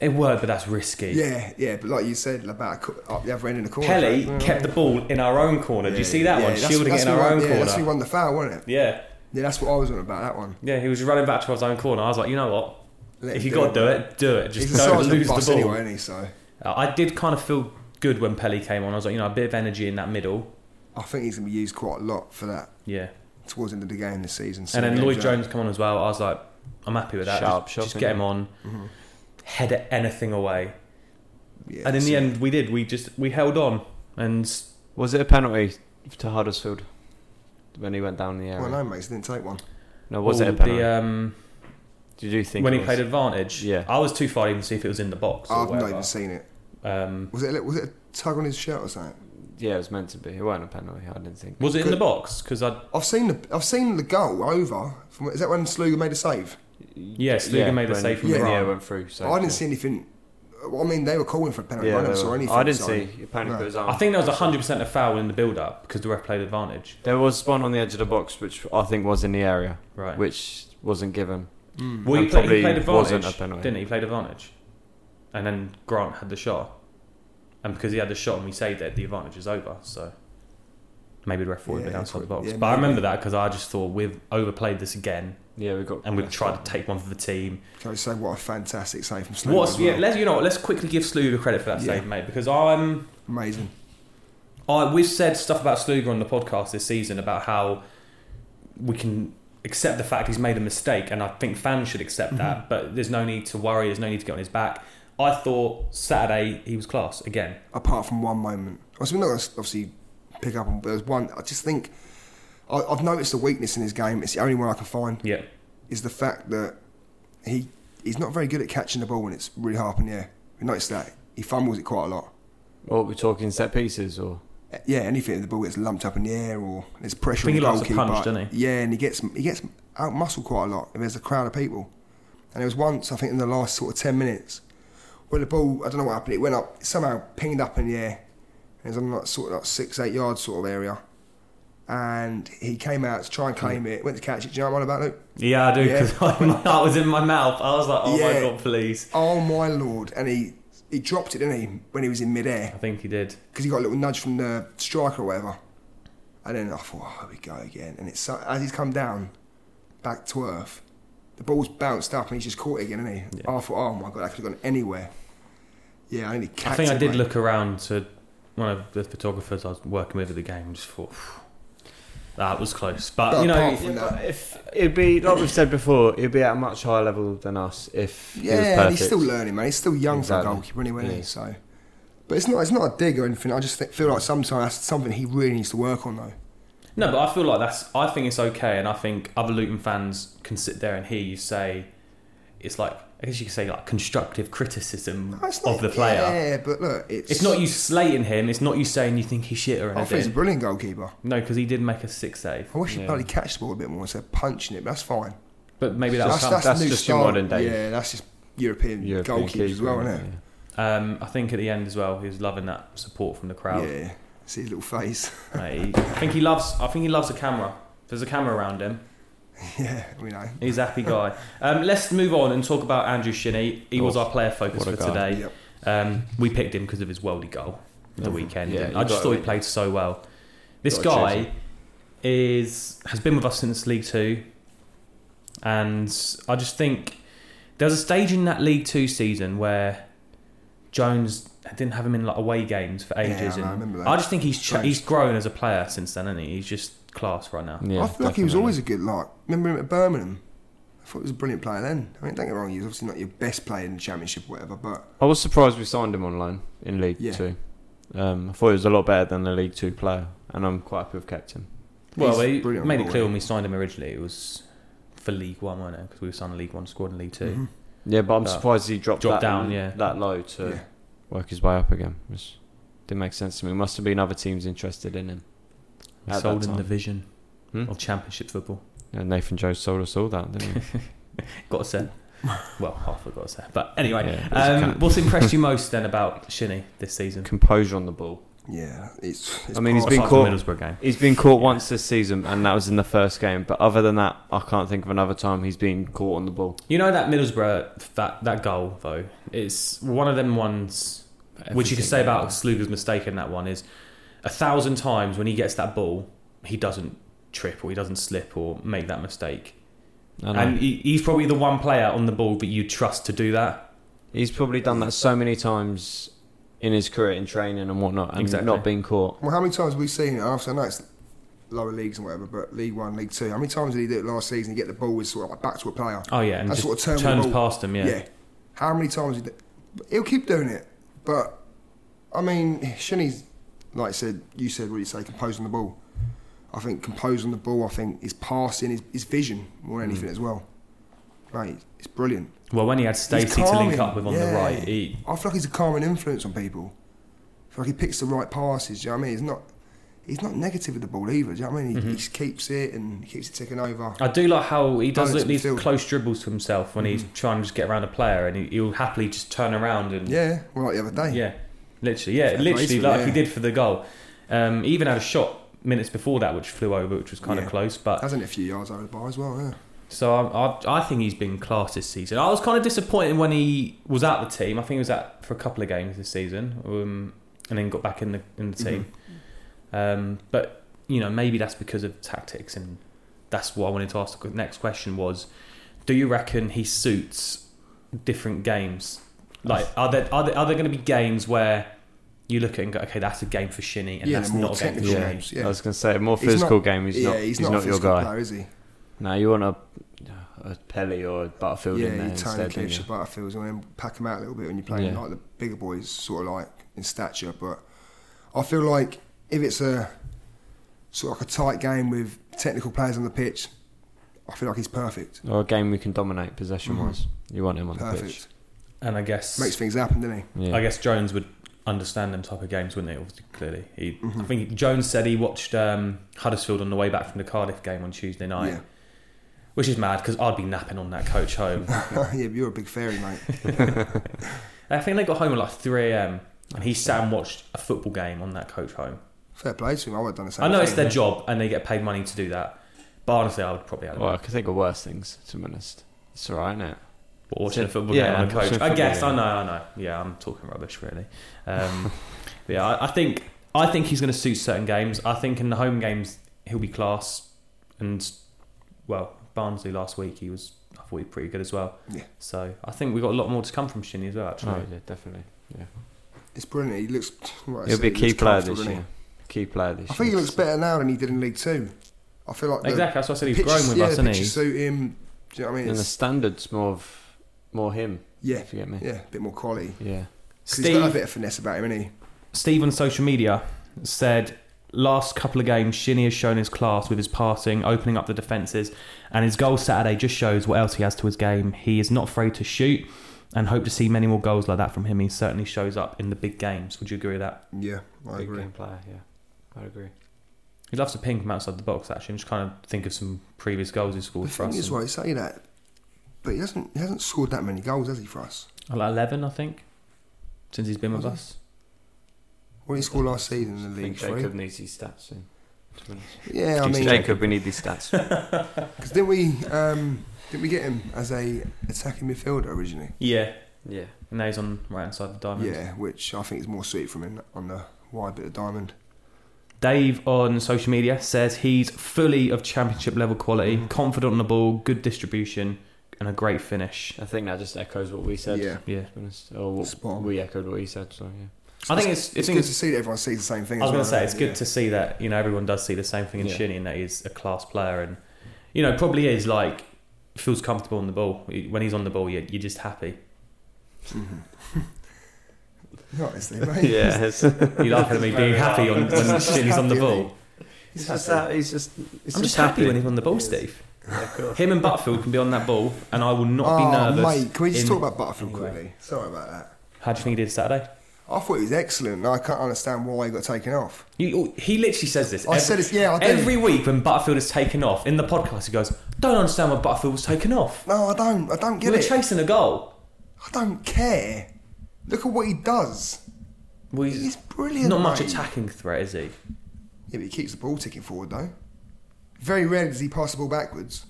B: it worked, but that's risky.
D: Yeah, yeah, but like you said about a cou- up the other end in the corner.
B: Pelly
D: Yeah,
B: kept the ball in our own corner. Do you see that
D: yeah,
B: one?
D: that's-
B: Shielding
D: that's
B: it in
D: who
B: our
D: won-
B: own
D: yeah,
B: corner.
D: That's who won the foul, wasn't it?
B: yeah.
D: Yeah, that's what I was on about that one.
B: Yeah, he was running back towards his own corner. I was like, you know what?
D: Let
B: if
D: him
B: you
D: do
B: got to do it, do it. Just
D: He's a
B: don't
D: size of
B: lose the
D: bus
B: ball.
D: anyway, isn't he? So
B: I Uh, did kind of feel good when Pelly came on. I was like, you know, a bit of energy in that middle.
D: I think he's going to be used quite a lot for that
B: Yeah.
D: towards the end of the game this season. So
B: And then
D: yeah,
B: Lloyd
D: so-
B: Jones come on as well. I was like, I'm happy with that.
E: Sharp
B: just, just
E: shopping.
B: get him on.
D: Mm-hmm.
B: Head anything away.
D: Yeah,
B: and in the
D: so-
B: end, we did. We just we held on. And
E: Was it a penalty to Huddersfield when he went down the area? uh,
D: well, no, mate, he didn't take one.
E: no, was
B: all
E: it a penalty?
B: the, um,
E: Did you think
B: when
E: it
B: he
E: was?
B: played advantage?
E: Yeah.
B: I was too far to even see if it was in the box. Or
D: I've not
B: whatever.
D: even seen it.
B: Um,
D: Was it? a li- Was it a tug on his shirt or something?
E: Yeah, it was meant to be. It wasn't a penalty. I didn't think.
B: was it in
D: Good.
B: the box? Because I
D: I've seen the I've seen the goal over. From, is that when Sluga made a save?
B: yes, Lugan made a
E: when-
B: save from
D: Yeah.
B: the
E: Yeah,
B: right.
E: it went through. So
D: I didn't see anything. well, I mean, they were calling for a penalty.
E: Yeah,
D: I never
E: they
D: saw
E: were-
D: anything.
E: I didn't
D: so-
E: see. He panicked
D: No.
E: with his arm.
B: I think there was hundred percent a foul in the build-up because the ref played advantage.
E: there was one on the edge of the box, which I think was in the area,
B: Right.
E: which wasn't given.
D: Mm.
B: well, he,
E: and
B: played, he
E: probably
B: played
E: wasn't
B: advantage,
E: a penalty.
B: didn't he? He played advantage, and then Grant had the shot, and because he had the shot and we saved it, the advantage is over. So maybe the ref would have been
D: Yeah,
B: outside the
D: could-
B: box.
D: yeah,
B: but I
D: maybe.
B: remember that because I just thought we've overplayed this again,
E: Yeah, we got
B: and we've tried to take one for the team.
D: Can I say what a fantastic save from Sluga?
B: What's
D: as
B: yeah?
D: well.
B: Let's you know. what, Let's quickly give Sluger credit for that
D: Yeah.
B: save, mate, because I'm.
D: Amazing.
B: I, we've said stuff about Sluger on the podcast this season about how we can accept the fact he's made a mistake, and I think fans should accept
D: Mm-hmm.
B: that. But there's no need to worry. There's no need to get on his back. I thought Saturday he was class again.
D: apart from one moment. Obviously, we're not going to obviously pick up on, but there's one. I just think I, I've noticed a weakness in his game. It's the only one I can find
B: Yeah,
D: is the fact that he he's not very good at catching the ball when it's really high up in the air. We noticed that he fumbles it quite a lot.
E: What we're talking set pieces or
D: Yeah, anything the ball gets lumped up in the air or there's pressure.
B: I think
D: on
B: he
D: the
B: likes to
D: goalkeeper.
B: punch, doesn't
D: Yeah, and he gets he gets out muscled quite a lot. If there's a crowd of people, and there was once I think in the last sort of ten minutes where the ball I don't know what happened. It went up it somehow pinged up in the air. It was on like sort of like six eight yard sort of area, and he came out to try and
B: Hmm.
D: claim it. Went to catch it. Do you know what I'm on about, Luke?
B: yeah, I do
D: Yeah.
B: because my heart was in my mouth. I was like, oh my
D: Yeah.
B: god, please.
D: Oh my lord! And he he dropped it, didn't he? When he was in midair
B: I think he did.
D: because he got a little nudge from the striker or whatever. And then I thought, oh, here we go again. And it's so, as he's come down back to earth, the ball's bounced up and he's just caught it again, isn't he? I thought, oh my god, that could have gone anywhere. Yeah, I only
B: I
D: catch
B: think I
D: it,
B: did
D: mate.
B: look around to one of the photographers I was working with at the game. and Just thought "Phew, that was close, but,
D: But
B: you know,
D: apart from that,
E: if it'd be like we've said before, it'd be at a much higher level than us if he was
D: yeah, and he's
E: perfect.
D: still learning, man. He's still young for
E: Exactly.
D: a goalkeeper, anyway. isn't he?
E: Yeah.
D: So, but it's not it's not a dig or anything. I just think, feel like sometimes that's something he really needs to work on, though.
B: No, but I feel like that's. I think it's okay, and I think other Luton fans can sit there and hear you say, it's like I guess you could say like constructive criticism
D: No, it's
B: of
D: not-
B: the player.
D: Yeah, but look, it's
B: It's not you slating him. It's not you saying you think he's shit or
D: I think he's a
B: anything.
D: brilliant goalkeeper.
B: No, because he did make a six save,
D: I wish he'd
E: Yeah.
D: bloody catch the ball a bit more instead of punching it. But that's fine.
B: but maybe that'll
D: that's,
B: come.
D: that's,
E: that's
D: new
E: just your
D: style.
E: modern day.
D: Yeah, that's just European,
E: European
D: goalkeepers as
E: keeper,
D: well, isn't it?
B: Um, I think at the end as well, he was loving that support from the crowd.
D: Yeah. See his little face.
B: Mate, he- I think he loves. I think he loves a camera. There's a camera around him.
D: yeah, we know.
B: He's a happy guy. Um, let's move on and talk about Andrew Shinney. He was our player focus
E: What
B: for
E: a guy.
B: today.
D: Yep.
B: Um, we picked him because of his worldy goal the weekend.
E: Yeah,
B: and
E: you
B: I just
E: gotta-
B: thought he played so well. This
E: gotta choose
B: guy is has been with us since League Two, and I just think there's a stage in that League Two season where Jones didn't have him in like away games for
D: Yeah,
B: ages,
D: I know, I
B: and
D: remember that.
B: I just think he's ch-
D: Strange.
B: he's grown as a player since then, and he's just class right now.
E: Yeah,
D: I feel like he was
E: definitely.
D: always a good like. Remember him at Birmingham? I thought he was a brilliant player then. I mean, don't get me wrong, he was obviously not your best player in the championship or whatever, but
E: I was surprised we signed him online in League
D: Yeah.
E: Two. Um, I thought he was a lot better than the League Two player, and I'm quite happy with captain.
B: Well,
D: He's
B: we
D: brilliant,
B: made
D: by
B: it
D: the
B: clear
D: way.
B: when we signed him originally it was for League One, weren't it? Because we were signing League One squad in League
E: Mm-hmm.
B: 2
D: Mm-hmm.
E: Yeah, but I'm
B: But-
E: surprised he dropped,
B: Dropped
E: that,
B: down, yeah.
E: that low to
D: Yeah.
E: work his way up again. Which didn't make sense to me. Must have been other teams interested in him.
B: We
E: At
B: sold
E: that
B: in the
E: time.
B: vision
E: Hmm?
B: of Championship football.
E: Yeah, Nathan Jones sold us all that, didn't he?
B: Got to say. Well, half of got to say. But anyway,
E: Yeah, but it's a
B: um,
E: cat.
B: what's impressed you most then about Shinny this season?
E: Composure on the ball.
D: yeah, it's. it's
E: I mean, he's
D: part-
E: been
B: Apart from
E: caught.
B: the Middlesbrough game.
E: He's been caught once this season, and that was in the first game. But other than that, I can't think of another time he's been caught on the ball.
B: You know that Middlesbrough that that goal though. It's one of them ones which you could say about Sluga's mistake in that one is a thousand times when he gets that ball, he doesn't trip or he doesn't slip or make that mistake.
E: I know.
B: And he, he's probably the one player on the ball that you trust to do that.
E: he's probably done that so many times in his career in training and whatnot, and
B: Exactly.
E: not being caught.
D: Well, how many times have we seen it? After I know it's lower leagues and whatever, but League One, League Two. How many times did he do it last season? Get the ball with sort of like back to a player.
B: Oh yeah, and
D: That
B: just
D: sort of turn the
B: turns
D: ball-
B: past him. Yeah.
D: How many times he? He'll keep doing it, but I mean, Shinny's like I said, you said what you say, composing the ball. I think composing the ball. I think his passing, his, his vision more
B: Mm.
D: than anything as well. Mate, it's brilliant.
B: Well, when he had
D: He's
B: Stacey to link
D: calming,
B: up with on
D: yeah.
B: the right, he,
D: I feel like he's a calming influence on people. I feel like he picks the right passes. Do you know what I mean? He's not. He's not negative with the ball either. Do you know what I mean? He,
B: Mm-hmm.
D: he just keeps it and keeps it ticking over.
B: I do like how he does
D: Balance
B: look these
D: midfield.
B: close dribbles to himself when he's trying to just get around a player, and he, he'll happily just turn around and
D: Yeah, well, like the other day.
B: yeah, literally, yeah,
D: Fair play
B: literally,
D: to him,
B: like he
D: yeah.
B: did for the goal. Um, he even had a shot minutes before that, which flew over, which was kind
D: Yeah.
B: of close. But
D: Hasn't it a few yards over the bar as well? Yeah.
B: so I, I, I think he's been class this season. I was kind of disappointed when he was out the team. I think he was out for a couple of games this season, um, and then got back in the in the team. Um, but you know, maybe that's because of tactics, and that's what I wanted to ask. The next question was, do you reckon he suits different games? Like, are there are there, are there going to be games where you look at and go, okay, that's a game for Shinny, and
D: Yeah,
B: that's
D: more
B: not a game for
D: technical
B: Shinny?
E: Yeah,
D: games, yeah.
E: I was gonna say a more
D: He's not-
E: physical game. He's
D: yeah,
E: not.
D: he's,
E: He's,
D: not, a
E: not, your
D: physical
E: guy.
D: player, is he?
E: No, you want a, a Pelly or a Butterfield
D: yeah,
E: in there
D: you Tony
E: instead. don't
D: Cliffs,
E: you?
D: your Butterfields, and then pack them out a little bit when you're playing
E: Yeah.
D: like the bigger boys, sort of like in stature. But I feel like if it's a sort of like a tight game with technical players on the pitch, I feel like he's perfect.
E: Or a game we can dominate possession wise. You want him on the pitch.
D: Mm-hmm. Perfect.
B: And I guess
D: Makes things happen, doesn't he?
E: Yeah.
B: I guess Jones would understand them type of games, wouldn't he? Obviously, clearly, he, I think Jones said he watched um, Huddersfield on the way back from the Cardiff game on Tuesday night,
D: Yeah.
B: which is mad because I'd be napping on that coach home.
D: yeah, but you're a big fairy, mate.
B: I think they got home at like three a.m. and he sat and watched a football game on that coach home.
D: Fair play to him. I would have done the same.
B: I know it's
D: thing.
B: their job and they get paid money to do that, but honestly, I would probably have
E: Well, I can think of worse things, to be honest. It's alright, isn't it?
B: watching a football
E: Yeah,
B: game on a
E: watching
B: coach.
E: a
B: I
E: football
B: guess I
E: game.
B: know, I know. Yeah, I'm talking rubbish really. Um, but yeah, I, I think I think he's going to suit certain games. I think in the home games he'll be class, and well, Barnsley last week he was I thought he was pretty good as well.
D: Yeah.
B: So I think we've got a lot more to come from Shinny as well. Actually,
E: Oh, yeah, definitely. Yeah.
D: It's brilliant. He looks. Right,
E: He'll be a
D: he
E: key
D: looks
E: player
D: comfortable,
E: this
D: doesn't
E: year. Key player this
D: he? I think he
E: year.
D: looks better now than he did in League Two. I feel like the
B: exactly. That's why I said he's
D: pitches-
B: grown with
D: yeah,
B: us,
D: the
B: isn't
D: pitches
B: he?
D: suit him. Do you know what I mean?
E: And the
D: It's-
E: standards more of more him.
D: yeah,
E: If you get me.
D: yeah, a bit more quality.
E: Yeah.
D: 'Cause He's got a
B: Steve,
D: bit of finesse about him, isn't he?
B: Steve on social media said last couple of games Shinny has shown his class with his passing, opening up the defences, and his goal Saturday just shows what else he has to his game. He is not afraid to shoot and hope to see many more goals like that from him. He certainly shows up in the big games. Would you agree with that?
D: Yeah, I
E: Big
D: agree.
E: game player, yeah. I agree.
B: He loves to ping from outside the box actually and just kind of think of some previous goals he
D: The
B: scored for
D: thing
B: us.
D: is,
B: And-
D: right, you say that, but he hasn't he hasn't scored that many goals, has he, for us?
B: Like 11, I think, since he's been with
D: Has
B: us.
D: What did he score last season in
E: I
D: the league?
E: think
D: Three.
E: Jacob needs these stats soon. to be honest.
D: Yeah, I mean,
E: Jacob, we need these stats.
D: because didn't we um, didn't we get him as a attacking midfielder originally?
B: Yeah.
E: yeah.
B: And now he's on right hand side of the diamond.
D: Yeah, which I think is more suited from him on the wide bit of diamond.
B: Dave on social media says he's fully of championship level quality, confident on the ball, good distribution, and a great finish.
E: I think that just echoes what we said.
D: Yeah,
B: Yeah,
E: To be honest. Or what,
D: Spot on.
E: we echoed what he said, so yeah.
B: I think it's.
D: it's
B: it's,
D: good to see that everyone sees the same thing.
B: I
D: as
B: was going
D: well,
B: to say it's
D: yeah.
B: good to see that you know everyone does see the same thing in
E: Yeah.
B: Shinny and that he's a class player and you know probably is like feels comfortable on the ball when he's on the ball. You're, you're just happy.
D: Honestly, mate.
E: it's,
B: You laugh at me being happy on when Shinny's on the ball.
E: He's just that. He's just. He's
B: I'm just happy when he's on the ball, Steve. Him and Butfield can be on that ball, and I will not
D: Oh,
B: be nervous.
D: mate, can we just
B: in-
D: talk about Butterfield
B: Anyway.
D: quickly? Sorry about that.
B: How do you think he did Saturday?
D: I thought he was excellent. I can't understand why he got taken off.
B: You, oh, he literally says this.
D: I said it's- yeah, I do.
B: every week when Butterfield is taken off in the podcast, he goes, "Don't understand why Butterfield was taken off.
D: No, I don't. I don't
B: We
D: get
B: were
D: it.
B: chasing a goal.
D: I don't care. Look at what he does.
B: Well,
D: He's brilliant,
B: Not much
D: mate.
B: attacking threat, is he?
D: Yeah, but he keeps the ball ticking forward though. Very rarely does he pass the ball backwards.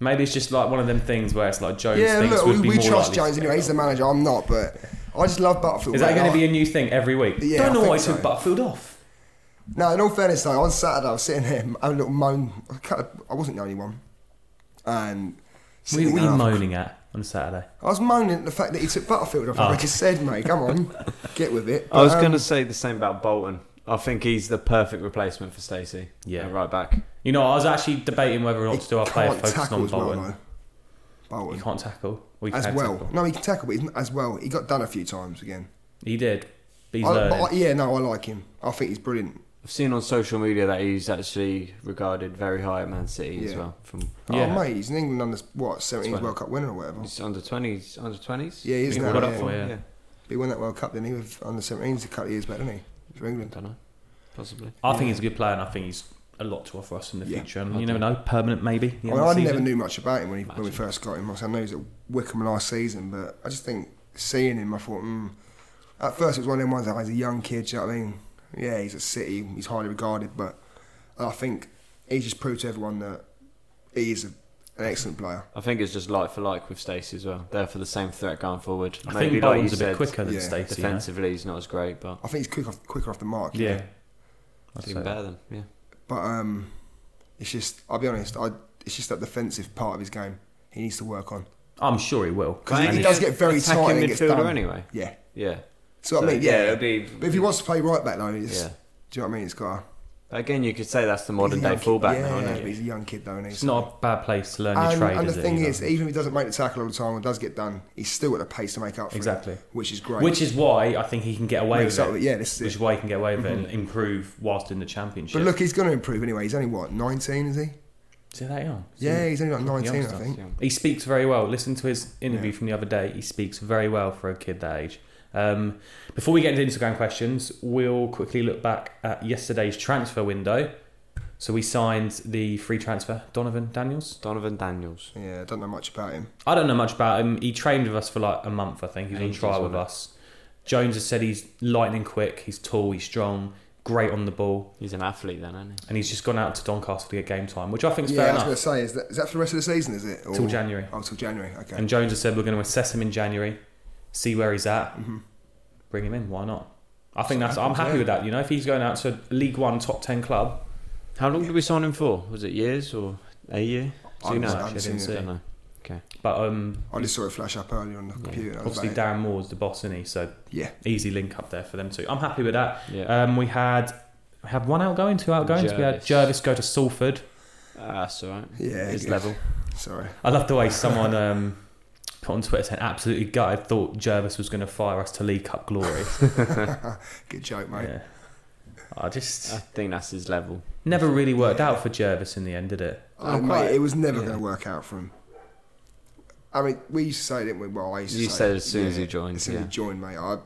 B: Maybe it's just like one of them things where it's like Jones
D: yeah,
B: thinks
D: look,
B: would
D: we,
B: be
D: we
B: more
D: trust
B: likely
D: Jones
B: to
D: anyway. He's the
B: get
D: manager. I'm not, but I just love
B: a
D: Butterfield.
B: Is that
D: mate.
B: going to be
D: I-
B: a new thing every week?
D: Yeah,
B: Don't
D: I
B: know why he
D: think
B: took
D: so.
B: Butterfield off.
D: No, in all fairness, though, on Saturday I was sitting there, having a little moan. I, kind of, I wasn't the only one. And
B: What are
D: sitting
B: you
D: there,
B: moaning at? on Saturday.
D: I was moaning at the fact that he took Butterfield off.
B: Oh.
D: Like I just said, mate, come on, get with it.
E: I was
D: But, um,
E: going to say the same about Bolton. I think he's the perfect replacement for Stacey.
B: Yeah.
E: At right back.
B: You know, I was actually debating whether or not to do our player
D: can't
B: focused
D: tackle
B: on
D: as well,
B: Bolton.
D: though. Bolton.
B: He can't tackle. We
D: as
B: can
D: well.
B: tackle.
D: No, he can tackle, but he's not as well. He got done a few times again.
B: He did. But he's uh,
D: I,
B: learning.
D: but I, yeah, no, I like him. I think he's brilliant.
E: I've seen on social media that he's actually regarded very high at Man City as
D: Yeah.
E: well. From
B: Yeah.
D: Oh, mate, he's an England under what 17s World Cup winner or whatever.
E: he's under twenties, under twenties.
D: Oh. Yeah, he is now,
E: Got
D: yeah.
E: up for
B: Yeah.
E: yeah.
D: He won that World Cup, didn't he? With under 17s a couple of years back, didn't he? For
E: I
D: England.
E: don't know, possibly.
B: I think he's a good player, and I think he's a lot to offer us in the
D: Yeah.
B: future. And you never know, permanent maybe. the
D: I,
B: end
D: mean,
B: of
D: I
B: the
D: never
B: season.
D: knew much about him when, he, when we first got him. Obviously, I know he's at Wickham last season, but I just think seeing him, I thought, mm. at first it was one of them ones that he's a young kid. Do you know what I mean? Yeah, he's at City, he's highly regarded, but I think he's just proved to everyone that he is a, an excellent player.
E: I think it's just like for like with Stacey as well. They're for the same threat going forward.
B: I think
E: like
B: Bolton's a bit
E: you said,
B: quicker than
D: yeah,
B: Stacey. you know?
E: Defensively, he's not as great, but
D: I think he's quick off, quicker off the mark.
B: Yeah. I'd
E: he's
B: say
E: even
B: that.
E: better than yeah.
D: But um, it's just, I'll be honest, I, it's just that defensive part of his game he needs to work on.
B: I'm sure he will.
D: Because
E: And
D: he,
E: he's
D: does get very
E: attacking
D: tight and gets
E: midfielder
D: done.
E: anyway.
D: Yeah.
E: Yeah.
D: So,
E: So,
D: I mean,
E: yeah,
D: yeah.
E: it'll be-
D: but if he wants to play right back, though, it's,
E: Yeah.
D: do you know what I mean? It's got a,
E: But again, you could say that's the
D: he's
E: modern
D: a
E: day
D: young kid-
E: fullback
D: yeah,
E: now,
D: yeah,
E: isn't
D: but
E: it?
D: he's a young kid, though, and
B: It's not a bad place to learn your
D: and,
B: trade,
D: and
B: is
D: the
B: it,
D: thing
B: either?
D: is, even if he doesn't make the tackle all the time or does get done, he's still at the pace to make up for
B: Exactly.
D: it. Which is great.
B: Which is why I think he can get away
D: Makes
B: with
D: up-
B: it.
D: yeah, this is
B: Which
D: it.
B: is why he can get away with it and improve whilst in the championship.
D: Mm-hmm. but look, he's going to improve anyway. He's only, what, 19, is he?
B: is he that young?
D: Yeah, he's only like 19, I
B: youngster.
D: think.
B: He speaks very well. Listen to his interview from the other day. He speaks very well for a kid that age. Um, before we get into Instagram questions, we'll quickly look back at yesterday's transfer window. So we signed the free transfer, Donovan Daniels.
E: Donovan Daniels.
D: Yeah, I don't know much about him.
B: I don't know much about him. He trained with us for like a month, I think. He's on
E: Ages,
B: trial with
E: wasn't it?
B: us. Jones has said he's lightning quick, he's tall, he's strong, great on the ball,
E: He's an athlete then, isn't he?
B: and he's just gone out to Doncaster to get game time, which I think is
D: Yeah,
B: fair
D: I was
B: enough.
D: going to say, is that, is that for the rest of the season, is it? Or-
B: Till January.
D: Oh, till January, okay.
B: And Jones has said we're going to assess him in January, see where he's at, bring him in. Why not? I think that's. I'm happy with that. You know, if he's going out to a League One top ten club,
E: How long did we sign him for? Was it years or a year? Do
D: I haven't-
E: you know?
D: I haven't
E: Actually, I
D: seen
E: didn't
D: it.
E: know. Okay.
B: but um,
D: I just saw it flash up earlier on the computer. That was
B: obviously
D: about
B: Darren Moore's the boss, isn't he? So
D: it. Yeah.
B: easy link up there for them too. I'm happy with that.
E: Yeah.
B: Um, we had we had one outgoing, two outgoings. We had
E: Jervis.
B: Jervis go to Salford.
E: Ah, that's all right.
D: Yeah,
E: His
D: good.
E: level.
D: Sorry.
B: I love the way someone um, put on Twitter saying absolutely gutted thought Jervis was going to fire us to League Cup glory.
D: Good joke, mate.
B: yeah. I just
E: I think that's his level.
B: never really worked out for Jervis in the end, did it?
D: Oh, mate, it was never going to work out for him. I mean, we used to say, didn't we? Well, I used to
E: You
D: say,
E: said as soon as he joined,
D: As soon as
E: yeah.
D: he joined, mate. I,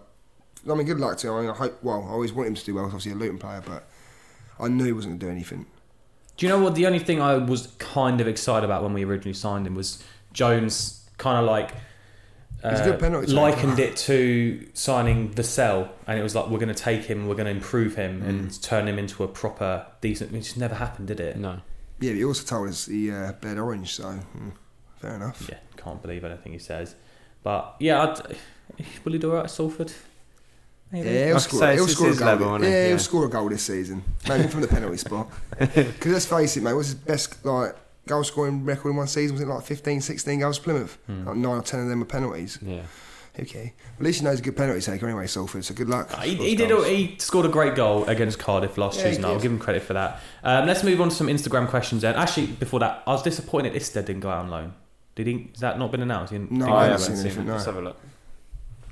D: I mean, good luck to him. I, mean, I hope. Well, I always wanted him to do well. He's obviously a Luton player, but I knew he wasn't going to do anything.
B: Do you know what? The only thing I was kind of excited about when we originally signed him was Jones kind of like uh,
D: He's a good penalty taker.
B: likened it to signing the cell, and it was like we're going to take him, we're going to improve him,
D: Mm.
B: and turn him into a proper decent. Which just never happened, did it?
E: No.
D: Yeah, but he also told us he uh, bled orange, so mm, fair enough.
B: Yeah, can't believe anything he says. But yeah, I'd, will he do alright at Salford? Maybe.
D: Yeah, he'll
E: Like I
D: score.
E: say,
D: he'll
E: it's
D: score a
E: his
D: goal.
E: level,
D: thi-
E: isn't it?
D: yeah,
E: Yeah.
D: he'll score a goal this season. Maybe from the penalty spot. Because let's face it, mate. What's his best like goal scoring record in one season? Was it like 15, 16 goals for Plymouth?
E: Hmm.
D: Like nine or ten of them were penalties.
E: Yeah.
D: Okay. At least you know he's a good penalty taker anyway, Salford. So good luck.
B: Ah, He, he did. He scored a great goal against Cardiff last
D: Yeah, he
B: season. I'll
D: did.
B: give him credit for that. Um, let's move on to some Instagram questions. Then, actually, before that, I was disappointed Ister didn't go out on loan. Did he? Has that not been announced? He didn't-
D: No,
B: didn't
D: I
B: go
D: haven't
B: out.
D: seen anything,
E: it.
D: no.
E: Let's have a look.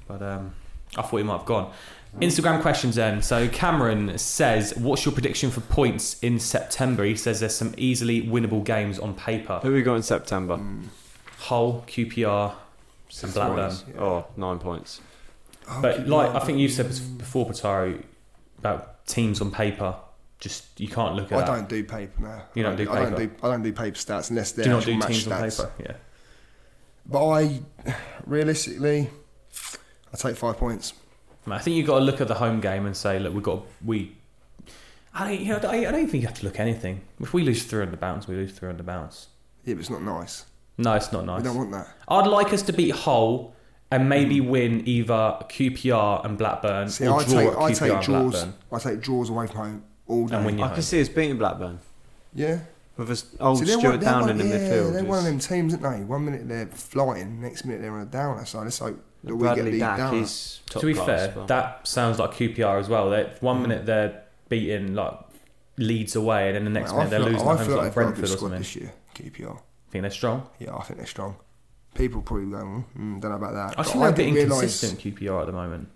B: But um, I thought he might have gone. Instagram questions then. So Cameron says, "What's your prediction for points in September?" He says there's some easily winnable games on paper:
E: Who we got in September?
D: Mm.
B: Hull, QPR, and Blackburn.
D: points. Yeah.
E: Oh, nine points.
B: But like I think you said before, Pataro, about teams on paper, just you can't look at.
D: I
B: that.
D: don't do paper now.
B: You don't do
D: I don't
B: paper?
D: do, I don't do paper stats unless they're
B: Do you not
D: actual
B: do
D: match
B: teams on
D: stats.
B: paper. Yeah.
D: But I, realistically, I take five points.
B: I think you've got to look at the home game and say, look, we've got we. I don't, you know, I I don't think you have to look at anything. If we lose three on the bounce, we lose three on the bounce.
D: Yeah, but it's not nice.
B: No, it's not
D: I
B: nice.
D: don't want that.
B: I'd like us to beat Hull and maybe win either QPR and Blackburn
D: See,
B: or
D: I
B: draw
D: take,
B: at
D: I
B: QPR
D: take
B: and
D: draws.
B: Blackburn
D: I take draws away from home all day.
B: and win your
E: I
B: home.
E: can see us beating Blackburn.
D: yeah,
E: with us old
D: So they're
E: Stuart
D: one- they're
E: Down
D: one-
E: in the
D: yeah,
E: midfield.
D: They're
E: is-
D: one of them teams, aren't they? One minute they're flying, next minute they're on a downer. So it's like that we get
E: Bradley
D: beat
E: Dack
D: down.
E: is top
B: to be
E: class,
B: fair,
E: but-
B: that sounds like QPR as well. They, one
E: Mm.
B: minute they're beating like Leeds away, and then the next
D: Mate, I
B: minute they're
D: feel-
B: losing
D: I
B: at home
D: feel
B: to
D: like they've
B: like
D: got a good
B: Brentford or
D: squad
B: something.
D: this year. QPR.
B: think they're strong.
D: Yeah, I think they're strong. People probably going, mm, don't know about that.
B: I
D: But
B: think they're a bit
D: didn't realise-
B: inconsistent QPR at the moment.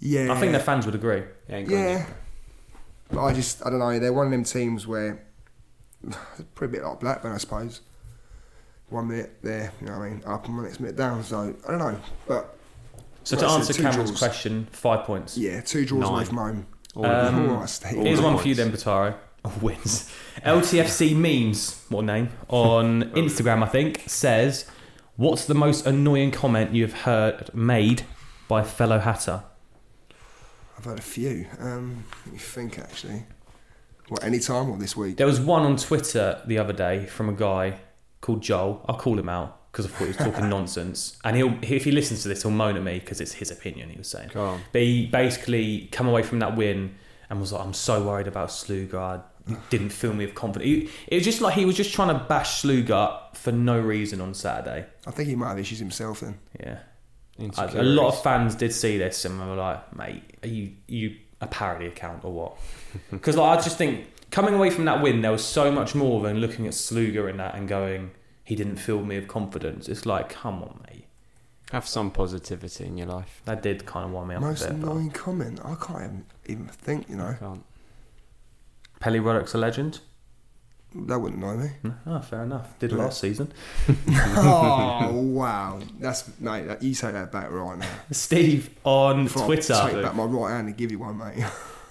D: Yeah,
B: I think their fans would agree.
E: Yeah, England.
D: Yeah, but I just I don't know. They're one of them teams where they're probably a bit like Blackburn, I suppose. One minute they're you know what I mean up and the next minute down. So I don't know, but
B: So
D: Right,
B: to
D: so
B: answer
D: two
B: Cameron's
D: draws.
B: question, five points.
D: yeah, two draws away
E: Nine.
D: from home.
E: All
B: Um,
E: of them.
D: All right, Steve.
E: all
B: Here's
E: the
B: one for you then,
E: points.
B: Pataro. Wins. LTFC memes, what name, on Instagram, I think, says, What's the most annoying comment you've heard made by a fellow hatter?
D: I've had a few. Um, let me think actually. What any time or this week?
B: There was one on Twitter the other day from a guy called Joel. I'll call him out because I thought he was talking nonsense. And he'll, he- if he listens to this, he'll moan at me because it's his opinion. He was saying,
E: Go on.
B: but he basically come away from that win and was like, "I'm so worried about Slugard. He didn't fill me with confidence." He- It was just like he was just trying to bash Slugard for no reason on Saturday.
D: I think he might have issues himself. Then
B: Yeah, a, a
E: Insecurities.
B: lot of fans did see this and were like, "Mate, are you you a parody account or what?" Because like, I just think coming away from that win, there was so much more than looking at Sluga in that and going, "He didn't fill me with confidence." It's like, come on, mate.
E: have some positivity in your life.
B: That did kind of wind me up
D: most
B: a bit. But...
D: annoying comment. I can't even, even think. You know
E: Can't.
B: Pelly Roddock's a legend.
D: that wouldn't annoy me.
B: Ah, fair enough. Did
D: Yeah.
B: last season.
D: oh wow, that's mate. That, you say that back right now.
B: Steve on
D: Before I Take
B: Twitter.
D: back my right hand and give you one, mate.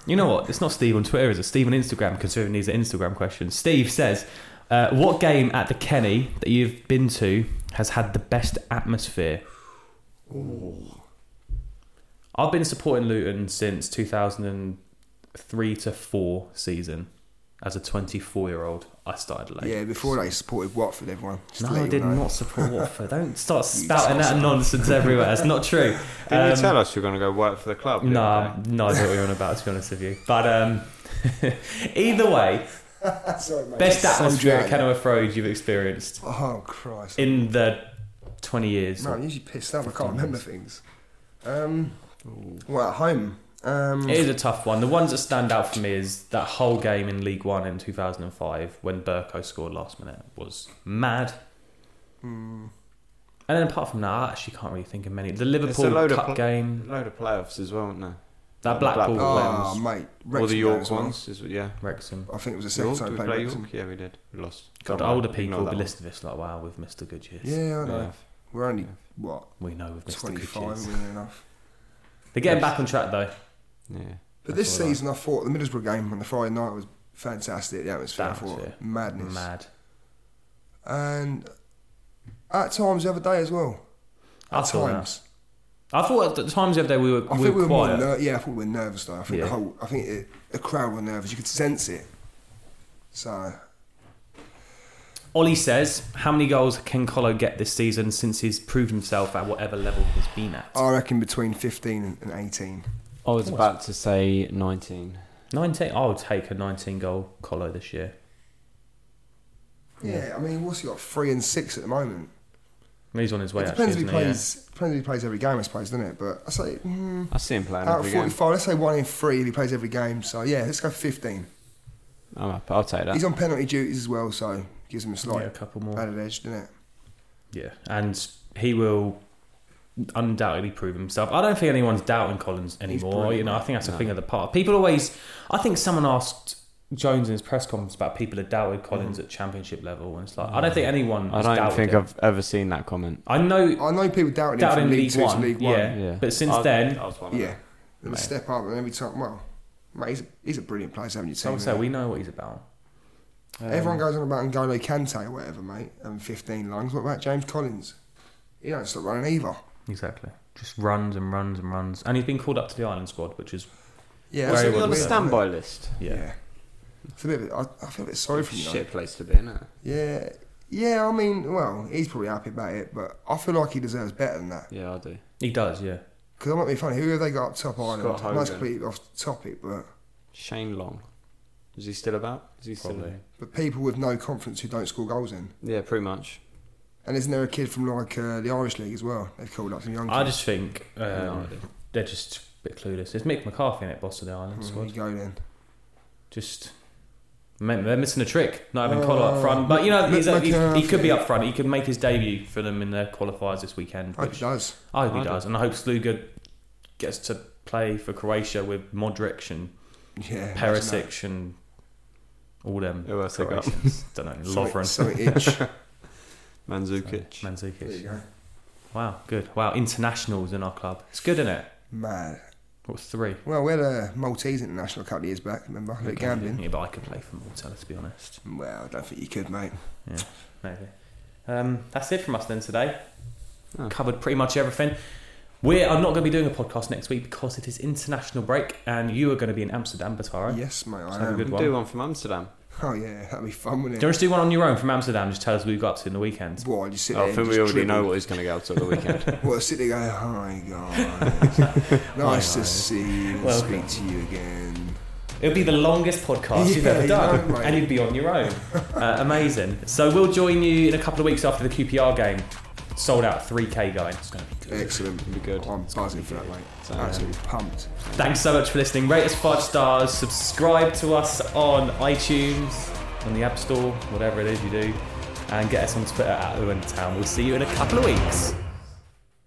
B: You know what? It's not Steve on Twitter, is it? Steve on Instagram, considering these are Instagram questions. Steve says, uh, What game at the Kenny that you've been to has had the best atmosphere? I've been supporting Luton since 2003 to 4 season. As a 24 year old, I started late.
D: yeah, before they supported Watford, everyone. Just
B: No,
D: to let
B: I
D: you
B: did
D: know.
B: not support Watford. Don't start
D: You
B: spouting that nonsense everywhere. It's not true.
E: Didn't you
B: Um,
E: tell us you were going to go work for the club?
B: No,
E: didn't
B: I'm- no idea what you're on about, to be honest with you. But um, either way,
D: Sorry, mate.
B: best
D: So
B: atmosphere at
D: drunk.
B: Kenilworth Road you've experienced
D: Oh Christ!
B: in the 20 years.
D: Man, I'm usually pissed off. I can't remember things. Um, well, at home. Um,
B: It is a tough one. The ones that stand out for me is that whole game in League One in 2005 when Burko scored last minute was mad.
D: Hmm.
B: And then apart from that, I actually can't really think of many. The Liverpool
E: load of
B: Cup
E: pl-
B: game,
E: A load of playoffs as well, weren't there?
B: that Blackpool,
E: Blackpool
B: game,
D: oh,
E: Wales.
D: mate.
E: All
D: Wrexham
E: the York
D: as well.
E: ones, is, yeah.
B: Wrexham.
D: I think it was the second
E: York? Did
D: time
E: we
D: we played
E: play York?
D: Wrexham.
E: Yeah, we did. We lost.
B: God,
E: Don't
B: older
E: worry,
B: people
E: ignore
B: will be
E: that one.
B: listening to this like, wow, we've missed a good year.
D: Yeah, I know.
E: Yeah.
D: We're only what
B: We know we've missed a good year.
D: twenty-five. Isn't enough.
B: They're getting back on track though.
E: Yeah.
D: But
B: That's
D: this
B: all right.
D: season, I thought the Middlesbrough game on the Friday night was fantastic. The atmosphere, I
B: That
D: thought,
B: was it.
D: madness.
B: Mad.
D: And at times the other day as well.
B: I
D: At
B: thought that.
D: times.
B: I thought at the times the other day we were,
D: I think
B: we
D: we
B: were
D: were more
B: quiet.
D: ner- yeah, I thought we were nervous though. I think
B: Yeah.
D: the whole I think it, the crowd were nervous. You could sense it. So
B: Ollie says, how many goals can Colo get this season since he's proved himself at whatever level he's been at?
D: I reckon between fifteen and- and eighteen.
E: I was about to say 19.
B: 19. I'll take a 19 goal Colo this year.
D: Yeah, I mean, what's he got? Three and six at the moment.
B: He's on his way.
D: it depends if
B: actually,
D: he
B: isn't he?
D: plays. Depends if he plays every game, I suppose, doesn't it? But I say mm,
E: I see him playing
D: out of
E: every game.
D: forty-five, let's say one in three. If he plays every game, so yeah, let's go fifteen.
E: I'm up. I'll take that.
D: He's on penalty duties as well, so gives him a
B: Yeah.
D: slight
B: yeah, a couple more.
D: added edge, doesn't it?
B: Yeah, and he will undoubtedly prove himself. I don't think anyone's doubting Collins anymore.
D: brilliant,
B: You know, I think that's a thing of the past. People always, I think someone asked Jones in his press conference about people that doubted Collins at championship level, and it's like I don't think anyone.
E: Mm. I
B: has
E: don't
B: doubted
E: think
B: him.
E: I've ever seen that comment.
B: I know
D: I know people doubted him
B: doubted
D: from
B: in
D: League,
B: League,
D: Two
B: One,
D: to League One.
B: Yeah.
E: Yeah.
B: but since
E: I-
B: then,
E: I was one of
D: Yeah,
E: them.
D: and a step up, and every time, well, mate, he's a, he's a brilliant player, haven't you?
B: someone say we know what he's about. um,
D: Everyone goes on about N'Golo Kante or whatever, mate, and 15 lungs. What about James Collins? He don't stop running either.
B: Exactly. Just runs and runs and runs, and he's been called up to the island squad, which is
D: Yeah,
B: Very
D: a bit
E: Wasn't he on the
D: weird,
E: standby list?
D: isn't it?
B: yeah.
D: Yeah. It's a bit. Of, I, I feel a bit sorry for him. though.
E: Shit place to be in, it?
D: Yeah, yeah. I mean, well, he's probably happy about it, but I feel like he deserves better than that.
E: Yeah, I do.
B: He does, yeah.
D: Because I might be funny. Who have they got up top? Ireland. I know it's
E: Hogan.
D: completely off topic, but
E: Shane Long. Is he still about? Is he still?
B: Probably.
D: But people with no confidence who don't score goals in.
E: Yeah, pretty much.
D: And isn't there a kid from like uh, the Irish league as well? They've called up some young.
B: I
D: kids.
B: just think um,
E: No idea.
B: they're just a bit clueless. It's Mick McCarthy in it, boss of the
E: Mm-hmm.
B: Island
D: Mm, there
B: squad.
D: you go then.
B: Just man, they're missing a trick. Not having Collar up
D: Uh,
B: front, but you know he's,
D: Mick
B: he's, he could be
D: McCarthy.
B: up front. He could make his debut for them in their qualifiers this weekend.
D: Hope he
B: Which I,
D: does.
B: hope he
E: I do.
B: does, and I hope Sluga gets to play for Croatia with Modric and
D: Yeah. imagine
B: Perisic and all them.
E: Who else they got?
B: Croatians. Don't know.
D: that.
B: Lovren,
D: Something, something itch.
E: Mandzukic.
D: there you
B: Mandzukic.
D: go.
B: Wow, good. Wow, internationals in our club. It's good, isn't it?
D: Mad.
B: What's three?
D: Well, we had a Maltese international a couple of years back. Remember? Luke Gambin.
B: Yeah, but I could play for Malta. Let's be honest.
D: Well, I don't think you could, mate.
B: Maybe. Um, that's it from us then today.
E: Oh.
B: Covered pretty much everything. We are not going to be doing a podcast next week because it is international break and you are going to be in Amsterdam, Bataro.
D: Yes, mate. I
B: Have a
D: am.
B: good
E: We'll
B: one.
E: do one from Amsterdam.
D: Oh yeah, that'd be fun, wouldn't
B: Do
D: it?
B: you want to do one on your own from Amsterdam? Just tell us what you got up to in the weekend.
D: Well, you sit
E: Oh,
D: there
E: I think
D: and
E: we
D: just
E: already
D: dribble.
E: know what he's going to get up to the weekend.
D: Well, I sit there going, hi guys, nice to see you, and
B: Welcome.
D: speak to you again.
B: It would be the longest podcast you've
D: Yeah,
B: ever
D: you
B: done,
D: know, mate.
B: and you'd be on your own. Uh, amazing. So we'll join you in a couple of weeks after the QPR game. Sold out 3K going. It's going to be
D: Excellent. Oh,
E: It'll be good.
D: I'm buzzing for that, mate.
E: So, yeah.
D: Absolutely pumped.
B: Thanks so much for listening. Rate us five stars. Subscribe to us on iTunes, on the App Store, whatever it is you do, and get us on Twitter at Owen Town. We'll see you in a couple of weeks.